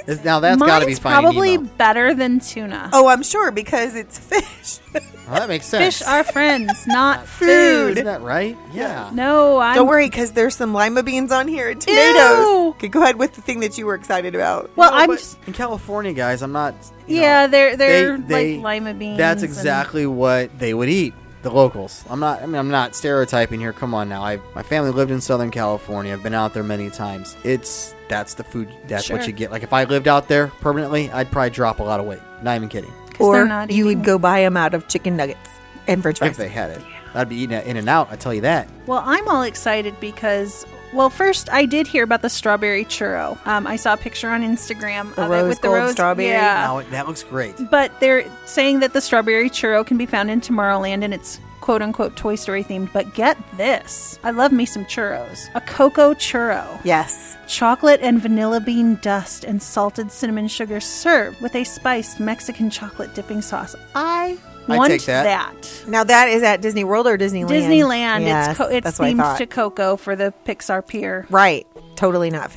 [SPEAKER 3] Is- Now that's
[SPEAKER 5] mine's
[SPEAKER 3] got to be fine.
[SPEAKER 5] probably
[SPEAKER 3] Nemo.
[SPEAKER 5] better than tuna
[SPEAKER 4] Oh, I'm sure because it's fish.
[SPEAKER 3] Well, that makes sense.
[SPEAKER 5] fish are friends not food
[SPEAKER 3] Isn't that right? Yeah.
[SPEAKER 5] no i'm
[SPEAKER 4] don't worry because there's some lima beans on here and tomatoes.
[SPEAKER 5] Ew.
[SPEAKER 4] Okay, go ahead with the thing that you were excited about.
[SPEAKER 5] well
[SPEAKER 3] No,
[SPEAKER 5] i'm
[SPEAKER 3] but
[SPEAKER 5] just
[SPEAKER 3] in California, guys. I'm not. you
[SPEAKER 5] Yeah,
[SPEAKER 3] know,
[SPEAKER 5] they're- they're like lima beans
[SPEAKER 3] That's
[SPEAKER 5] and-
[SPEAKER 3] exactly what they would eat. The locals. I'm not. I mean, I'm not stereotyping here. Come on now. I my family lived in Southern California. I've been out there many times. It's that's the food. That's what
[SPEAKER 5] Sure.
[SPEAKER 3] you get. Like if I lived out there permanently, I'd probably drop a lot of weight. Not even kidding.
[SPEAKER 5] 'cause
[SPEAKER 4] or
[SPEAKER 5] they're not
[SPEAKER 4] you would
[SPEAKER 5] eating.
[SPEAKER 4] go buy them out of chicken nuggets and French
[SPEAKER 3] If
[SPEAKER 4] fries.
[SPEAKER 3] they had it, I'd be eating it in and out. I tell you that.
[SPEAKER 5] Well, I'm all excited because, well, first I did hear about the strawberry churro. Um, I saw a picture on Instagram
[SPEAKER 4] The
[SPEAKER 5] of it
[SPEAKER 4] rose
[SPEAKER 5] with the
[SPEAKER 4] gold
[SPEAKER 5] rose
[SPEAKER 4] strawberry?
[SPEAKER 5] Yeah,
[SPEAKER 3] Now that looks great.
[SPEAKER 5] but they're saying that the strawberry churro can be found in Tomorrowland and it's quote unquote Toy Story themed. But get this I love me some churros. A cocoa churro.
[SPEAKER 4] Yes.
[SPEAKER 5] Chocolate and vanilla bean dust and salted cinnamon sugar served with a spiced Mexican chocolate dipping sauce. I
[SPEAKER 3] I
[SPEAKER 5] want
[SPEAKER 3] take that.
[SPEAKER 4] Now that is at Disney World or Disneyland?
[SPEAKER 5] Disneyland,
[SPEAKER 4] Yes,
[SPEAKER 5] it's, co- it's
[SPEAKER 4] that's what I thought.
[SPEAKER 5] themed to cocoa for the Pixar Pier.
[SPEAKER 4] Right. Totally not
[SPEAKER 5] Ah.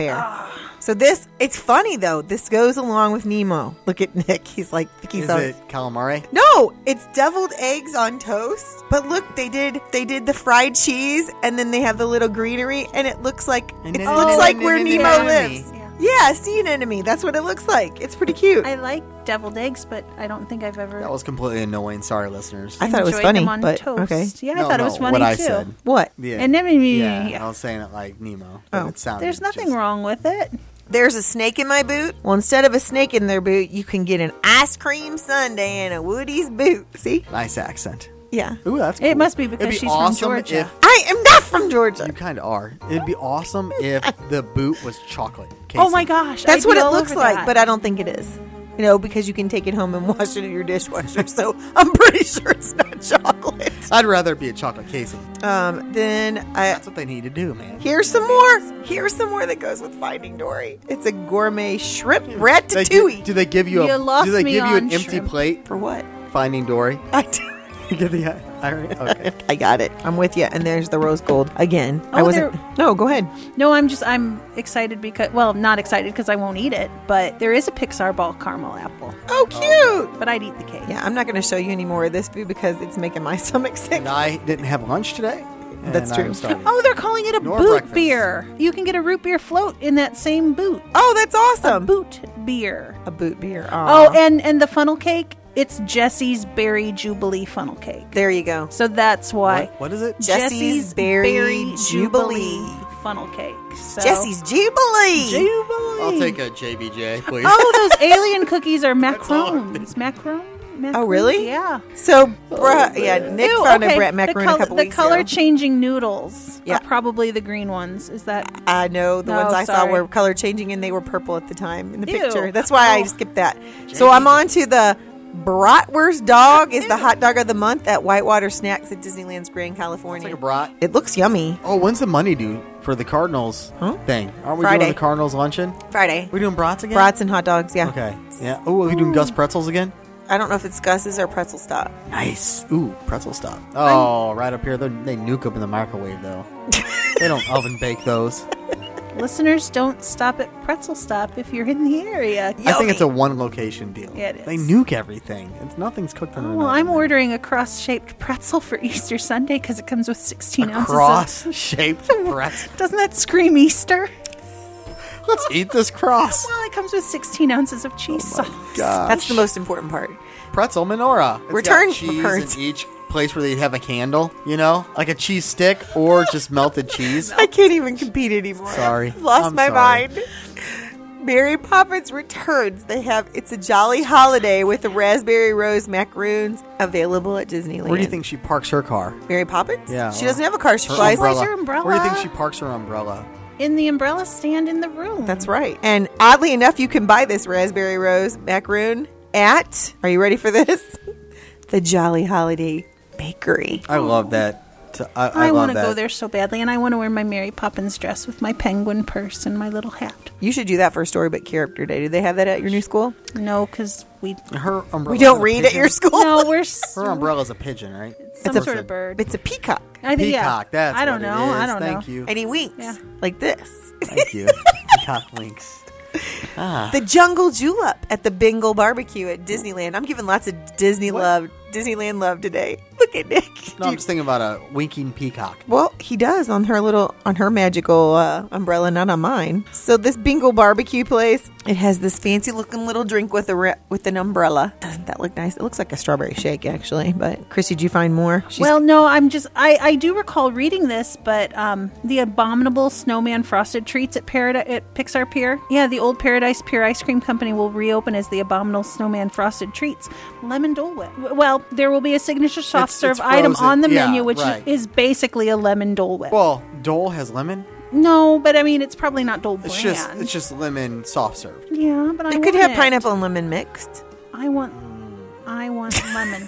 [SPEAKER 4] fair. so this it's funny though. This goes along with Nemo. Look at Nick. He's like I think he's
[SPEAKER 3] Is
[SPEAKER 4] on-
[SPEAKER 3] it calamari?
[SPEAKER 4] No, it's deviled eggs on toast. But look, they did they did the fried cheese and then they have the little greenery and it looks like
[SPEAKER 3] And
[SPEAKER 4] it
[SPEAKER 3] then-
[SPEAKER 4] looks
[SPEAKER 3] Oh,
[SPEAKER 4] like
[SPEAKER 3] and
[SPEAKER 4] where
[SPEAKER 3] then
[SPEAKER 4] Nemo
[SPEAKER 5] the
[SPEAKER 3] anemone.
[SPEAKER 4] lives.
[SPEAKER 5] Yeah.
[SPEAKER 4] Yeah, sea anemone. That's what it looks like. It's pretty cute.
[SPEAKER 5] I like deviled eggs, but I don't think I've ever.
[SPEAKER 3] That was completely annoying. Sorry, listeners.
[SPEAKER 4] I thought it was
[SPEAKER 5] enjoyed
[SPEAKER 4] funny,
[SPEAKER 5] them on
[SPEAKER 4] but
[SPEAKER 5] toast.
[SPEAKER 4] okay.
[SPEAKER 5] Yeah, I
[SPEAKER 3] No,
[SPEAKER 5] thought
[SPEAKER 3] no,
[SPEAKER 5] it was funny
[SPEAKER 3] what
[SPEAKER 5] too.
[SPEAKER 3] I said.
[SPEAKER 4] What?
[SPEAKER 3] Yeah.
[SPEAKER 5] And then we-
[SPEAKER 3] yeah,
[SPEAKER 5] yeah.
[SPEAKER 3] I was saying it like Nemo. but
[SPEAKER 4] Oh.
[SPEAKER 3] it sounded
[SPEAKER 5] There's nothing
[SPEAKER 3] just-
[SPEAKER 5] wrong with it.
[SPEAKER 4] There's a snake in my boot. Well, instead of a snake in their boot, you can get an ice cream sundae and a Woody's boot. See?
[SPEAKER 3] Nice accent.
[SPEAKER 4] Yeah.
[SPEAKER 3] Ooh, that's
[SPEAKER 5] It
[SPEAKER 3] cool.
[SPEAKER 5] must be because
[SPEAKER 3] It'd be
[SPEAKER 5] she's from
[SPEAKER 3] awesome
[SPEAKER 5] Georgia.
[SPEAKER 3] If,
[SPEAKER 4] I am not from Georgia.
[SPEAKER 3] you kind of are. It'd be awesome if the boot was chocolate.
[SPEAKER 5] Oh my
[SPEAKER 3] Casey.
[SPEAKER 5] gosh,
[SPEAKER 4] That's
[SPEAKER 5] I'd
[SPEAKER 4] what
[SPEAKER 5] be
[SPEAKER 4] it
[SPEAKER 5] all
[SPEAKER 4] looks
[SPEAKER 5] over
[SPEAKER 4] like,
[SPEAKER 5] that.
[SPEAKER 4] but I don't think it is. You know, because you can take it home and wash it in your dishwasher. so I'm pretty sure it's not chocolate.
[SPEAKER 3] I'd rather it be a chocolate casing.
[SPEAKER 4] Um, then I
[SPEAKER 3] That's what they need to do, man.
[SPEAKER 4] here's some more. Here's some more that goes with Finding Dory. It's a gourmet shrimp
[SPEAKER 3] Hmm. They gi-
[SPEAKER 4] ratatouille.
[SPEAKER 3] do they give you a?
[SPEAKER 5] You lost
[SPEAKER 3] do they
[SPEAKER 5] me
[SPEAKER 3] give you an
[SPEAKER 5] on
[SPEAKER 3] empty
[SPEAKER 5] shrimp.
[SPEAKER 3] plate?
[SPEAKER 4] For what?
[SPEAKER 3] Finding Dory.
[SPEAKER 4] I, d-
[SPEAKER 3] You get the irony. Okay.
[SPEAKER 4] I got it. I'm with you. And there's the rose gold again. I
[SPEAKER 5] Oh,
[SPEAKER 4] wasn't. No, go ahead.
[SPEAKER 5] no, I'm just I'm excited because well, not excited because I won't eat it, but there is a Pixar ball caramel apple,
[SPEAKER 4] Oh, cute.
[SPEAKER 5] but I'd eat the cake.
[SPEAKER 4] Yeah, I'm not going to show you any more of this food because it's making my stomach sick.
[SPEAKER 3] and I didn't have lunch today. and
[SPEAKER 4] That's true.
[SPEAKER 3] I'm starving.
[SPEAKER 5] Oh, they're calling it a
[SPEAKER 3] Nor
[SPEAKER 5] boot
[SPEAKER 3] breakfast.
[SPEAKER 5] beer. You can get a root beer float in that same boot.
[SPEAKER 4] Oh, that's awesome.
[SPEAKER 5] Boot beer.
[SPEAKER 4] A boot beer.
[SPEAKER 5] Oh,
[SPEAKER 4] Aw.
[SPEAKER 5] and and the funnel cake, it's Jesse's Berry Jubilee funnel cake.
[SPEAKER 4] there you go.
[SPEAKER 5] So that's why
[SPEAKER 3] What, what is it?
[SPEAKER 4] Jesse's Berry Jubilee.
[SPEAKER 5] funnel cake. So
[SPEAKER 4] Jesse's Jubilee.
[SPEAKER 5] Jubilee.
[SPEAKER 3] I'll take a JBJ, please.
[SPEAKER 5] Oh, those alien cookies are
[SPEAKER 3] all.
[SPEAKER 5] macarons. Macaron? macaron?
[SPEAKER 4] Oh, really?
[SPEAKER 5] Yeah.
[SPEAKER 4] So, bruh, yeah, Nick
[SPEAKER 5] Ew,
[SPEAKER 4] found
[SPEAKER 5] okay,
[SPEAKER 4] a Brett
[SPEAKER 5] the
[SPEAKER 4] macaroon
[SPEAKER 5] col-
[SPEAKER 4] a couple
[SPEAKER 5] The
[SPEAKER 4] weeks
[SPEAKER 5] color
[SPEAKER 4] ago.
[SPEAKER 5] changing noodles
[SPEAKER 4] Yeah.
[SPEAKER 5] are probably the green ones. Is that
[SPEAKER 4] I know the
[SPEAKER 5] No,
[SPEAKER 4] ones I saw
[SPEAKER 5] Oh, sorry.
[SPEAKER 4] were color changing, and they were purple at the time in the
[SPEAKER 5] Ew.
[SPEAKER 4] picture. That's why I
[SPEAKER 5] Oh.
[SPEAKER 4] skipped that. So I'm on to the bratwurst dog is the hot dog of the month at Whitewater Snacks at Disneyland's Grand California.
[SPEAKER 3] It's like a brat.
[SPEAKER 4] it looks yummy.
[SPEAKER 3] Oh, when's the money due for the Cardinals thing? Aren't we
[SPEAKER 4] Friday.
[SPEAKER 3] doing the Cardinals luncheon?
[SPEAKER 4] Friday.
[SPEAKER 3] We doing brats again?
[SPEAKER 4] Brats and hot dogs, yeah.
[SPEAKER 3] Okay. Yeah. Oh, are we
[SPEAKER 5] Hmm.
[SPEAKER 3] doing Gus pretzels again?
[SPEAKER 4] I don't know if it's Gus's or Pretzel Stop.
[SPEAKER 3] Nice. Ooh, pretzel stop. Oh, right up here. They're, they nuke them in the microwave though. they don't oven bake those.
[SPEAKER 5] Listeners, don't stop at Pretzel Stop if you're in the area.
[SPEAKER 3] I think it's a one location deal.
[SPEAKER 5] Yeah, it
[SPEAKER 3] They
[SPEAKER 5] is.
[SPEAKER 3] nuke everything. It's nothing's cooked on
[SPEAKER 5] Well, I'm ordering a cross-shaped pretzel for Easter Sunday because it comes with 16 ounces. of-
[SPEAKER 3] cross shaped pretzel.
[SPEAKER 5] Doesn't that scream Easter?
[SPEAKER 3] Let's eat this cross.
[SPEAKER 5] Well, it comes with 16 ounces of cheese
[SPEAKER 3] Oh
[SPEAKER 5] sauce.
[SPEAKER 4] That's the most important part.
[SPEAKER 3] Pretzel menorah. It's
[SPEAKER 4] Return
[SPEAKER 3] got cheese
[SPEAKER 4] curds.
[SPEAKER 3] in each place where they have a candle, you know? Like a cheese stick or just melted cheese.
[SPEAKER 4] I can't even compete anymore.
[SPEAKER 3] Sorry.
[SPEAKER 4] I've lost
[SPEAKER 3] I'm
[SPEAKER 4] my
[SPEAKER 3] sorry.
[SPEAKER 4] mind. Mary Poppins returns. They have it's a jolly holiday with the raspberry rose macaroons available at Disneyland.
[SPEAKER 3] Where do you think she parks her car?
[SPEAKER 4] Mary Poppins?
[SPEAKER 3] Yeah,
[SPEAKER 4] she
[SPEAKER 3] well,
[SPEAKER 4] doesn't have a car. She
[SPEAKER 3] Her
[SPEAKER 4] flies.
[SPEAKER 5] umbrella. your umbrella?
[SPEAKER 3] Where do you think she parks her umbrella?
[SPEAKER 5] In the umbrella stand in the room.
[SPEAKER 4] That's right. And oddly enough, you can buy this raspberry rose macaroon at. Are you ready for this? the Jolly Holiday Bakery.
[SPEAKER 3] I love that. T- I, I,
[SPEAKER 5] I,
[SPEAKER 3] love
[SPEAKER 5] want to
[SPEAKER 3] that.
[SPEAKER 5] go there so badly, and I want to wear my Mary Poppins dress with my penguin purse and my little hat.
[SPEAKER 4] You should do that for Storybook Character Day. Do they have that at your new school?
[SPEAKER 5] No, because we.
[SPEAKER 3] Her umbrella.
[SPEAKER 4] We don't read at your school.
[SPEAKER 5] No, we're s-
[SPEAKER 3] Her umbrella's a pigeon, right?
[SPEAKER 5] some sort of bird.
[SPEAKER 4] It's a peacock.
[SPEAKER 5] I think,
[SPEAKER 3] Peacock.
[SPEAKER 5] Yeah.
[SPEAKER 3] That's
[SPEAKER 5] I don't
[SPEAKER 3] what it
[SPEAKER 5] know. I
[SPEAKER 3] is.
[SPEAKER 5] don't
[SPEAKER 3] Thank
[SPEAKER 5] know.
[SPEAKER 3] you.
[SPEAKER 4] And he winks
[SPEAKER 5] Yeah.
[SPEAKER 4] like this.
[SPEAKER 3] Thank you. Peacock links. Ah.
[SPEAKER 4] The Jungle Julep at the Bengal Barbecue at Disneyland. I'm giving lots of Disney love, Disneyland love today. Look at Nick.
[SPEAKER 3] No, I'm just thinking about a winking peacock.
[SPEAKER 4] Well, he does on her little on her magical uh, umbrella, not on mine. So this Bingo barbecue place, it has this fancy looking little drink with a re- with an umbrella. Doesn't that look nice? It looks like a strawberry shake actually. But Chrissy, did you find more? She's,
[SPEAKER 5] Well, no, I'm just I, I do recall reading this, but um, the abominable snowman frosted treats at Paradi- at Pixar Pier. Yeah, the old Paradise Pier ice cream company will reopen as the abominable snowman frosted treats, lemon Dole Whip. W- Well, there will be a signature soft
[SPEAKER 3] It's-
[SPEAKER 5] serve
[SPEAKER 3] it's
[SPEAKER 5] item
[SPEAKER 3] frozen.
[SPEAKER 5] on the
[SPEAKER 3] Yeah,
[SPEAKER 5] menu, which
[SPEAKER 3] right.
[SPEAKER 5] is basically a lemon Dole Whip.
[SPEAKER 3] Well, Dole has lemon.
[SPEAKER 5] no, but I mean it's probably not Dole brand.
[SPEAKER 3] It's just it's just lemon soft serve.
[SPEAKER 5] yeah, but I
[SPEAKER 4] it could
[SPEAKER 5] want
[SPEAKER 4] have
[SPEAKER 5] it.
[SPEAKER 4] pineapple and lemon mixed.
[SPEAKER 5] I want I want lemon.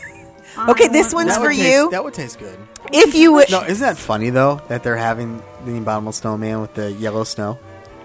[SPEAKER 5] I
[SPEAKER 4] Okay, this
[SPEAKER 5] want
[SPEAKER 4] one's
[SPEAKER 5] lemon.
[SPEAKER 3] That would
[SPEAKER 4] for
[SPEAKER 3] taste,
[SPEAKER 4] you.
[SPEAKER 3] That would taste good.
[SPEAKER 4] If you would,
[SPEAKER 3] No, isn't that funny though that they're having the Abominable Snowman with the yellow snow?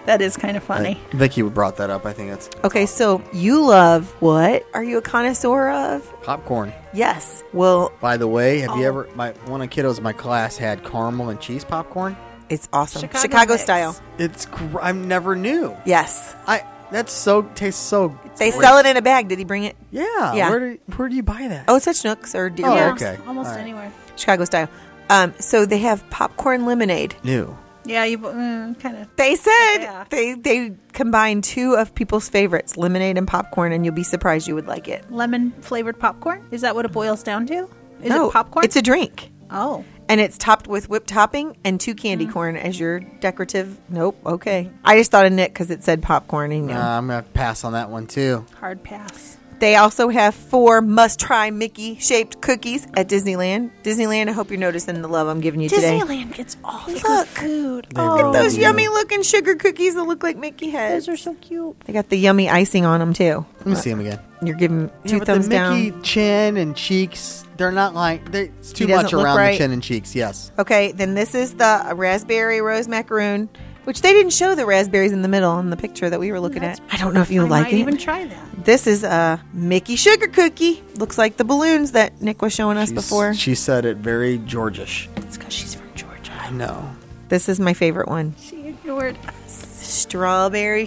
[SPEAKER 5] That is kind of funny.
[SPEAKER 3] Like, Vicky brought that up. I think that's
[SPEAKER 4] okay. So you love what? Are you a connoisseur of?
[SPEAKER 3] popcorn.
[SPEAKER 4] Yes. Well,
[SPEAKER 3] By the way, have you ever? My one of the kiddos in my class had caramel and cheese popcorn.
[SPEAKER 4] it's awesome.
[SPEAKER 5] Chicago
[SPEAKER 4] Chicago,
[SPEAKER 5] mix.
[SPEAKER 4] style.
[SPEAKER 3] It's gr- I never knew.
[SPEAKER 4] Yes.
[SPEAKER 3] I that's so tastes so.
[SPEAKER 4] They sell it in a bag. Did he bring it?
[SPEAKER 3] Yeah.
[SPEAKER 4] Yeah.
[SPEAKER 3] Where do where do you buy that?
[SPEAKER 4] Oh, it's at Schnucks or Deer
[SPEAKER 3] Oh,
[SPEAKER 5] yeah,
[SPEAKER 4] Park.
[SPEAKER 3] okay.
[SPEAKER 5] almost
[SPEAKER 3] All right.
[SPEAKER 5] anywhere.
[SPEAKER 4] Chicago style. Um, so they have popcorn lemonade.
[SPEAKER 3] Oh. new.
[SPEAKER 5] Yeah, you mm, kind of.
[SPEAKER 4] They said
[SPEAKER 5] Yeah.
[SPEAKER 4] they they combine two of people's favorites, lemonade and popcorn, and you'll be surprised you would like it.
[SPEAKER 5] lemon flavored popcorn? Is that what it boils down to? Is
[SPEAKER 4] No,
[SPEAKER 5] it popcorn?
[SPEAKER 4] It's a drink,
[SPEAKER 5] oh.
[SPEAKER 4] and it's topped with whipped topping and two candy
[SPEAKER 5] Mm.
[SPEAKER 4] corn as your decorative. Nope. Okay. I just thought of Nick because it said popcorn. And you know.
[SPEAKER 3] Uh, I'm gonna have to pass on that one too.
[SPEAKER 5] Hard pass.
[SPEAKER 4] They also have four must try Mickey shaped cookies at Disneyland. Disneyland, I hope you're noticing the love I'm giving you today.
[SPEAKER 5] Disneyland gets all the
[SPEAKER 4] Look.
[SPEAKER 5] good food.
[SPEAKER 3] They
[SPEAKER 5] Oh,
[SPEAKER 3] really
[SPEAKER 4] Look at those
[SPEAKER 3] do.
[SPEAKER 4] yummy looking sugar cookies that look like Mickey heads.
[SPEAKER 5] those are so cute.
[SPEAKER 4] They got the yummy icing on them too.
[SPEAKER 3] Let me see him again.
[SPEAKER 4] You're giving two
[SPEAKER 3] Yeah, but
[SPEAKER 4] thumbs
[SPEAKER 3] the
[SPEAKER 4] down.
[SPEAKER 3] Mickey chin and cheeks, they're not like they it's too
[SPEAKER 4] doesn't
[SPEAKER 3] much
[SPEAKER 4] look
[SPEAKER 3] around the
[SPEAKER 4] right.
[SPEAKER 3] chin and cheeks. Yes,
[SPEAKER 4] Okay, then this is the raspberry rose macaroon, which they didn't show the raspberries in the middle in the picture that we were looking at. I don't know if you'll
[SPEAKER 5] I
[SPEAKER 4] like
[SPEAKER 5] might
[SPEAKER 4] it.
[SPEAKER 5] even try that.
[SPEAKER 4] this is a Mickey sugar cookie. Looks like the balloons that Nick was showing us before.
[SPEAKER 3] she said it very Georgish.
[SPEAKER 5] It's because she's from Georgia.
[SPEAKER 3] I know.
[SPEAKER 4] This is my favorite one.
[SPEAKER 5] She ignored us.
[SPEAKER 4] Strawberry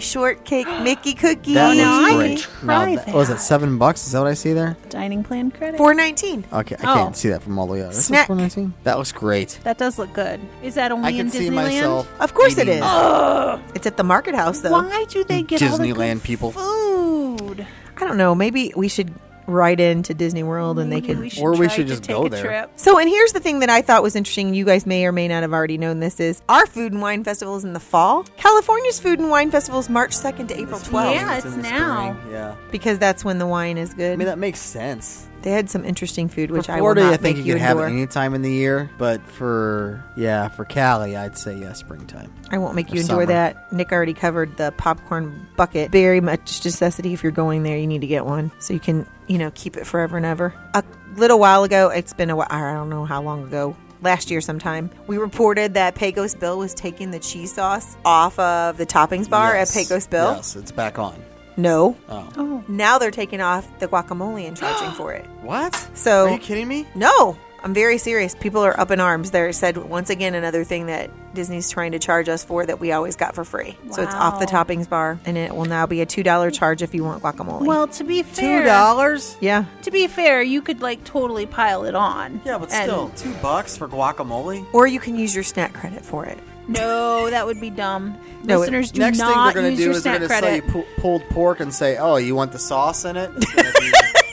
[SPEAKER 4] shortcake Mickey cookie.
[SPEAKER 3] That
[SPEAKER 5] no,
[SPEAKER 3] looks
[SPEAKER 5] I
[SPEAKER 3] great.
[SPEAKER 5] can try
[SPEAKER 3] that- what was it
[SPEAKER 5] that.
[SPEAKER 3] seven bucks? Is that what I see there?
[SPEAKER 5] Dining plan credit.
[SPEAKER 4] Four nineteen.
[SPEAKER 3] Okay, I
[SPEAKER 5] Oh.
[SPEAKER 3] can't see that from all the way up. This is
[SPEAKER 4] Snack.
[SPEAKER 3] 419? That looks great.
[SPEAKER 5] That does look good. Is that only
[SPEAKER 3] I
[SPEAKER 5] in
[SPEAKER 3] can
[SPEAKER 5] Disneyland?
[SPEAKER 3] see myself.
[SPEAKER 4] Of course it
[SPEAKER 3] eating
[SPEAKER 4] is. It's at the market house though.
[SPEAKER 5] Why do they get all the good
[SPEAKER 3] Disneyland people.
[SPEAKER 5] food?
[SPEAKER 4] I don't know. Maybe we should write into Disney World and they
[SPEAKER 5] Maybe
[SPEAKER 4] could
[SPEAKER 5] we should
[SPEAKER 3] Or we
[SPEAKER 5] try
[SPEAKER 3] should
[SPEAKER 5] to
[SPEAKER 3] just
[SPEAKER 5] take
[SPEAKER 3] go
[SPEAKER 5] a
[SPEAKER 3] there.
[SPEAKER 5] Trip.
[SPEAKER 4] So, and here's the thing that I thought was interesting. You guys may or may not have already known this is our food and wine festival is in the fall. California's food and wine festival is March 2nd to April 12th
[SPEAKER 5] Yeah, it's
[SPEAKER 3] in the
[SPEAKER 5] now.
[SPEAKER 3] spring, Yeah,
[SPEAKER 4] because that's when the wine is good.
[SPEAKER 3] I mean that makes sense.
[SPEAKER 4] they had some interesting food, which
[SPEAKER 3] for
[SPEAKER 4] I will
[SPEAKER 3] Florida,
[SPEAKER 4] not
[SPEAKER 3] I think
[SPEAKER 4] make
[SPEAKER 3] you
[SPEAKER 4] you
[SPEAKER 3] could have it
[SPEAKER 4] endure.
[SPEAKER 3] any time in the year, but for yeah, for Cali, I'd say yeah, springtime.
[SPEAKER 4] I won't make
[SPEAKER 3] for
[SPEAKER 4] you endure
[SPEAKER 3] summer.
[SPEAKER 4] that. Nick already covered the popcorn bucket. Very much necessity if you're going there. You need to get one so you can, you know, keep it forever and ever. A little while ago, it's been a while, I don't know how long ago. Last year, sometime, we reported that Pecos Bill was taking the cheese sauce off of the toppings bar
[SPEAKER 3] Yes.
[SPEAKER 4] at Pecos Bill.
[SPEAKER 3] Yes, it's back on.
[SPEAKER 4] No.
[SPEAKER 5] Oh,
[SPEAKER 4] Now they're taking off the guacamole and charging for it.
[SPEAKER 3] What?
[SPEAKER 4] So-
[SPEAKER 3] are you kidding me?
[SPEAKER 4] No. I'm very serious. People are up in arms. There said once again another thing that Disney's trying to charge us for that we always got for free. So it's off the
[SPEAKER 5] Wow.
[SPEAKER 4] toppings bar, and it will now be a two dollar charge if you want guacamole.
[SPEAKER 5] Well, to be
[SPEAKER 3] Two
[SPEAKER 5] fair,
[SPEAKER 3] dollars?
[SPEAKER 4] yeah,
[SPEAKER 5] To be fair, you could like totally pile it on.
[SPEAKER 3] Yeah, but
[SPEAKER 5] And-
[SPEAKER 3] still, two bucks for guacamole.
[SPEAKER 4] or you can use your snack credit for it.
[SPEAKER 5] No, that would be dumb.
[SPEAKER 4] No, it-
[SPEAKER 5] Listeners, do
[SPEAKER 3] Next thing they're
[SPEAKER 5] not
[SPEAKER 3] gonna
[SPEAKER 5] use
[SPEAKER 3] do
[SPEAKER 5] your
[SPEAKER 3] is they're
[SPEAKER 5] snack
[SPEAKER 3] gonna
[SPEAKER 5] credit.
[SPEAKER 3] sell you pu- pulled pork and say, "Oh, you want the sauce in it? It's gonna be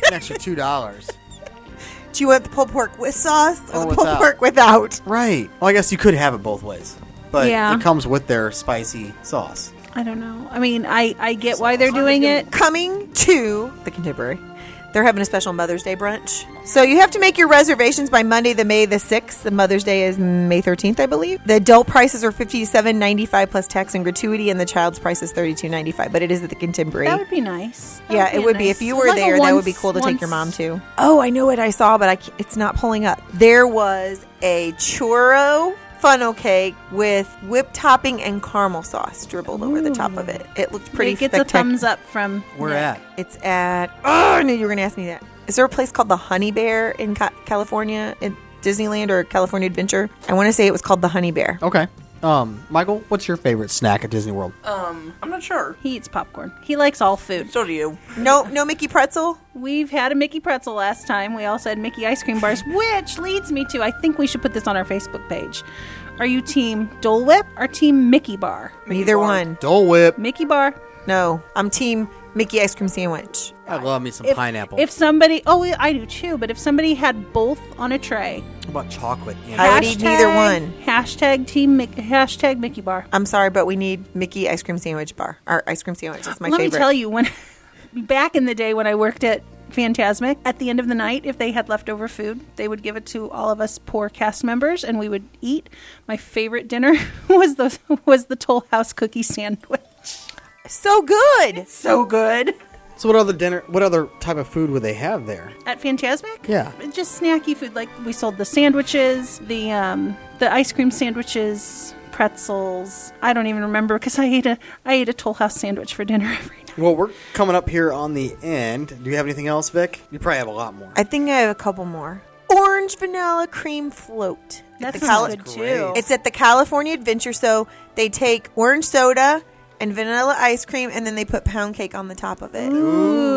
[SPEAKER 3] an extra two dollars."
[SPEAKER 4] Do you want the pulled pork with sauce
[SPEAKER 3] Or
[SPEAKER 4] or the
[SPEAKER 3] without.
[SPEAKER 4] pulled pork without?
[SPEAKER 3] Right. Well, I guess you could have it both ways, but
[SPEAKER 5] Yeah.
[SPEAKER 3] it comes with their spicy sauce.
[SPEAKER 5] I don't know. I mean, I I get why they're doing it.
[SPEAKER 4] coming to the Contemporary. They're having a special Mother's Day brunch. So you have to make your reservations by Monday, the May the 6th. The Mother's Day is May 13th, I believe. The adult prices are $57.95 plus tax and gratuity, and the child's price is $32.95, but it is at the Contemporary.
[SPEAKER 5] That would be nice. That
[SPEAKER 4] yeah, it
[SPEAKER 5] a
[SPEAKER 4] would be.
[SPEAKER 5] nice-
[SPEAKER 4] If you were
[SPEAKER 5] like a
[SPEAKER 4] there, that would
[SPEAKER 5] once-
[SPEAKER 4] be cool to take your mom
[SPEAKER 5] once-
[SPEAKER 4] to. Oh, I know what I saw, but I ca- it's not pulling up. There was a churro funnel cake with whipped topping and caramel sauce dribbled over the top of it. It looked pretty
[SPEAKER 5] It gets a
[SPEAKER 4] spectac-
[SPEAKER 5] thumbs up from.
[SPEAKER 3] We're at
[SPEAKER 4] it's at. Oh, I knew you were going to ask me that. Is there a place called the Honey Bear in Ca- California, in Disneyland or California Adventure? I want to say it was called the Honey Bear.
[SPEAKER 3] okay. Um, Michael, what's your favorite snack at Disney World?
[SPEAKER 7] I'm not sure.
[SPEAKER 5] He eats popcorn. He likes all food.
[SPEAKER 7] So do you.
[SPEAKER 4] No, no Mickey Pretzel.
[SPEAKER 5] We've had a Mickey pretzel last time. We also had Mickey ice cream bars, which leads me to I think we should put this on our Facebook page. Are you team Dole Whip or team Mickey bar?
[SPEAKER 4] Neither one.
[SPEAKER 3] Dole Whip.
[SPEAKER 5] Mickey bar.
[SPEAKER 4] No, I'm Team Mickey Ice Cream Sandwich.
[SPEAKER 3] I love me some
[SPEAKER 5] If-
[SPEAKER 3] pineapple.
[SPEAKER 5] If somebody, oh, I do too. But if somebody had both on a tray,
[SPEAKER 3] What about chocolate? in it?
[SPEAKER 4] I would eat neither one.
[SPEAKER 5] Hashtag team Mick, hashtag Mickey bar.
[SPEAKER 4] I'm sorry, but we need Mickey Ice Cream Sandwich Bar. Our ice cream sandwich is my
[SPEAKER 5] Let
[SPEAKER 4] favorite.
[SPEAKER 5] me tell you, when back in the day when I worked at Fantasmic, at the end of the night, if they had leftover food, they would give it to all of us poor cast members, and we would eat. My favorite dinner was the was the Toll House cookie sandwich.
[SPEAKER 4] So good.
[SPEAKER 7] So good.
[SPEAKER 3] So, what other dinner? What other type of food would they have there?
[SPEAKER 5] At Fantasmic?
[SPEAKER 3] Yeah.
[SPEAKER 5] Just snacky food. Like we sold the sandwiches, the um, the ice cream sandwiches, pretzels. I don't even remember because I ate a I ate a Toll House sandwich for dinner every night.
[SPEAKER 3] Well, we're coming up here on the end. Do you have anything else, Vic? You probably have a lot more.
[SPEAKER 4] I think I have a couple more. Orange vanilla cream float.
[SPEAKER 5] That
[SPEAKER 4] The
[SPEAKER 5] sounds
[SPEAKER 4] Cali-
[SPEAKER 5] good
[SPEAKER 3] great.
[SPEAKER 5] too.
[SPEAKER 4] It's at the California Adventure. So they take orange soda and vanilla ice cream, and then they put pound cake on the top of it.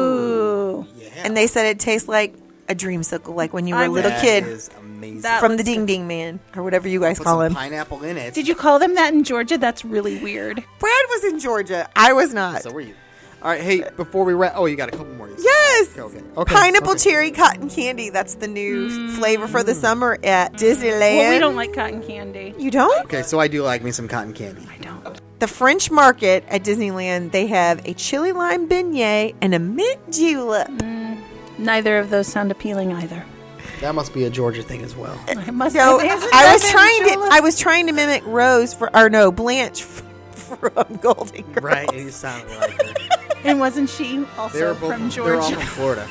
[SPEAKER 5] Ooh.
[SPEAKER 4] And they said it tastes like a dreamsicle, like when you were a
[SPEAKER 5] I'm-
[SPEAKER 4] little kid
[SPEAKER 3] That is amazing.
[SPEAKER 5] That
[SPEAKER 4] from
[SPEAKER 5] looks
[SPEAKER 4] the Ding Ding Man or whatever you guys
[SPEAKER 3] Put
[SPEAKER 4] call
[SPEAKER 3] some
[SPEAKER 4] him.
[SPEAKER 3] pineapple in it.
[SPEAKER 5] Did you call them that in Georgia? That's really weird.
[SPEAKER 4] Brad was in Georgia. I was not.
[SPEAKER 3] So were you? All right. Hey, before we wrap, oh, you got a couple more. you said.
[SPEAKER 4] Yes.
[SPEAKER 3] Okay. okay. okay.
[SPEAKER 4] Pineapple
[SPEAKER 3] okay.
[SPEAKER 4] cherry cotton candy. That's the new flavor for the summer at Disneyland.
[SPEAKER 5] Mm. Well, we don't like cotton candy.
[SPEAKER 4] you don't?
[SPEAKER 3] Okay, so I do like me some cotton candy.
[SPEAKER 5] I don't.
[SPEAKER 4] The French market at Disneyland, they have a chili lime beignet and a mint julep.
[SPEAKER 5] Neither of those sound appealing either.
[SPEAKER 3] That must be a Georgia thing as well.
[SPEAKER 5] I must.
[SPEAKER 4] No,
[SPEAKER 5] They have
[SPEAKER 4] I was
[SPEAKER 5] nothing
[SPEAKER 4] trying to
[SPEAKER 5] julep.
[SPEAKER 4] I was trying to mimic Rose for or no, Blanche f- from Golden Girls.
[SPEAKER 3] Right, and you sound like her.
[SPEAKER 5] and wasn't she
[SPEAKER 3] they were
[SPEAKER 5] also
[SPEAKER 3] both
[SPEAKER 5] from
[SPEAKER 3] They're all
[SPEAKER 5] Georgia?
[SPEAKER 3] from Florida,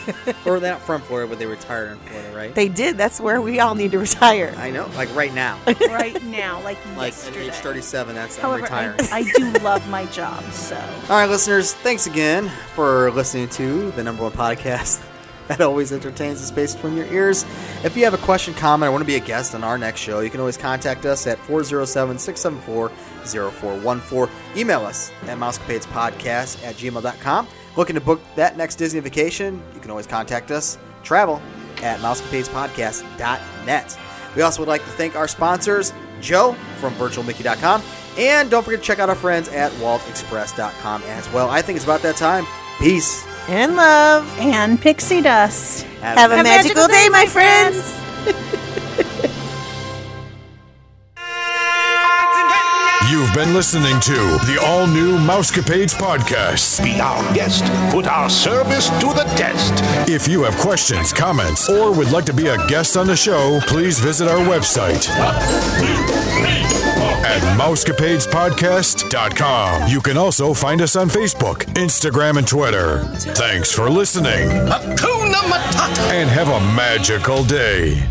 [SPEAKER 3] or they're not from Florida, but they retired in Florida, right?
[SPEAKER 4] They did. That's where we all need to retire.
[SPEAKER 3] I know, like right now,
[SPEAKER 5] right now, like
[SPEAKER 3] like at
[SPEAKER 5] yesterday.
[SPEAKER 3] age 37, that's I'm
[SPEAKER 5] However, I,
[SPEAKER 3] retiring.
[SPEAKER 5] I do love my job, so.
[SPEAKER 3] All right, listeners, thanks again for listening to the number one podcast that always entertains the space between your ears. If you have a question, comment, or want to be a guest on our next show, you can always contact us at 407 674 0414. Email us at mousecapadespodcast at gmail.com. Looking to book that next Disney vacation, you can always contact us travel at mousecapadespodcast.net. We also would like to thank our sponsors, Joe from virtualmickey.com, and don't forget to check out our friends at waltexpress.com as well. I think it's about that time. Peace.
[SPEAKER 4] And love.
[SPEAKER 5] And pixie dust.
[SPEAKER 4] Have a magical day, my friends.
[SPEAKER 1] You've been listening to the all new Mousecapades podcast.
[SPEAKER 8] Be our guest. Put our service to the test.
[SPEAKER 1] If you have questions, comments, or would like to be a guest on the show, please visit our website at mousecapadespodcast.com. You can also find us on Facebook, Instagram, and Twitter. Thanks for listening
[SPEAKER 8] Hakuna Matata.
[SPEAKER 1] and have a magical day.